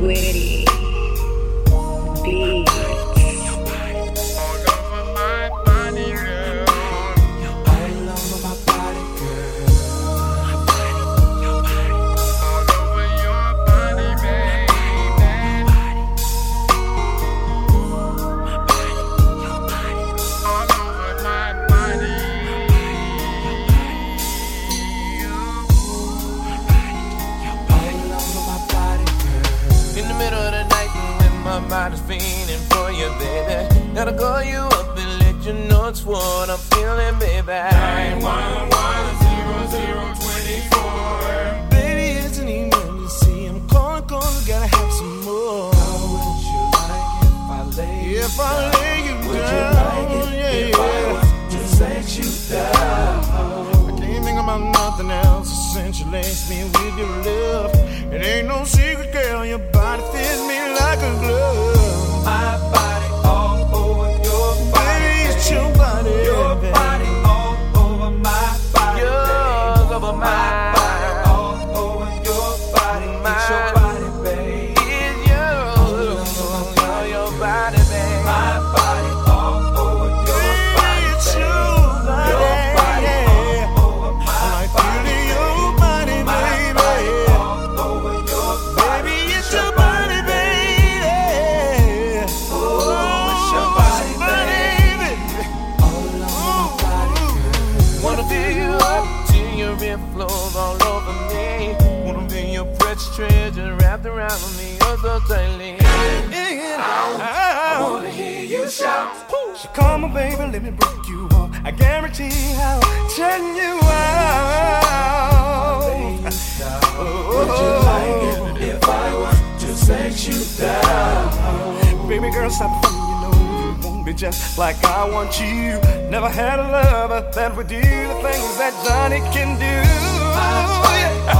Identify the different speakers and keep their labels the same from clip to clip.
Speaker 1: Witty. Beats.
Speaker 2: In the middle of the night, and when my body's feeling for you, baby. Gotta call you up and let you know it's what I'm feeling, baby. 911 Baby, it's an emergency. I'm calling, calling, gotta have some more. How would you like if I lay you If I lay you down, yeah, yeah. Just let you down. I can't think about nothing else since you laced me with your love. It ain't no secret, girl, your body fits me like a glove. My body all over your body. Baby, it's your body. Your body all over my body. Yours oh, over my, body. All over your body. it's your body, babe. It's yours. All over your body, babe. My body all over your body. It's your body. Your body all over my body. your body, baby. all over your body. Baby, it's your body, baby. Oh, it's your body, baby. Wanna feel you up till your rib flows all over me. Wanna feel your precious treasure wrapped around me oh so tightly. I wanna hear you shout. So come on, baby, let me break you off. I guarantee I'll turn you out. Would you like it if I was to let you down? Baby girl, stop from you know you want me just like I want you. Never had a lover that would do the things that Johnny can do. Yeah.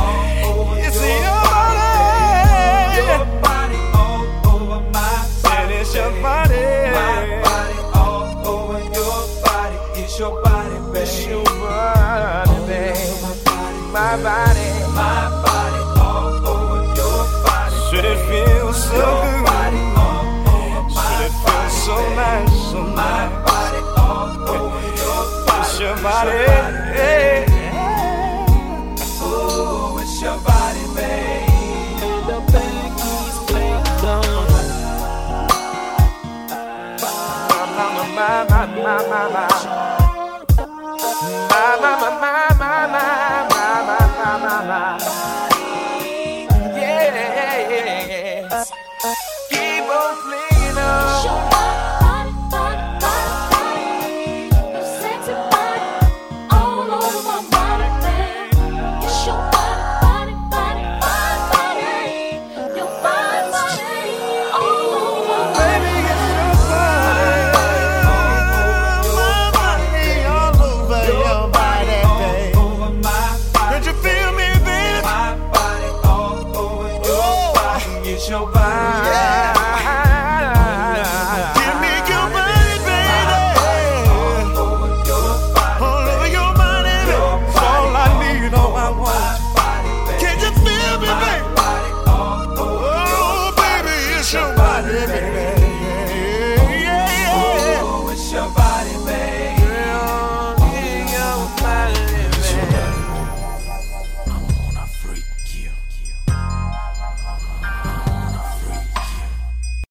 Speaker 2: It's your body. Your body all over my body. And it's your body. My body all over your body. It's your body, baby. It's your body, baby. My body. My body all over your body. Should it feel so good? Should it feel so nice? So my body all over your body. It's your body. Hey. Oh, it's your body, babe. The back is played on. My, my, my, my, my, my. My, my, my, my, my, my, my, my, my, my, my. Yeah. Keep on flinging on. Baby, it's your body, my body, all over your body, baby. Could you feel me, baby? My body all over your body. It's your body. Give me your body, baby. All over your body. All over your body, baby. It's all I need, all I want. Can you feel me, baby? Oh, baby, it's your body, baby.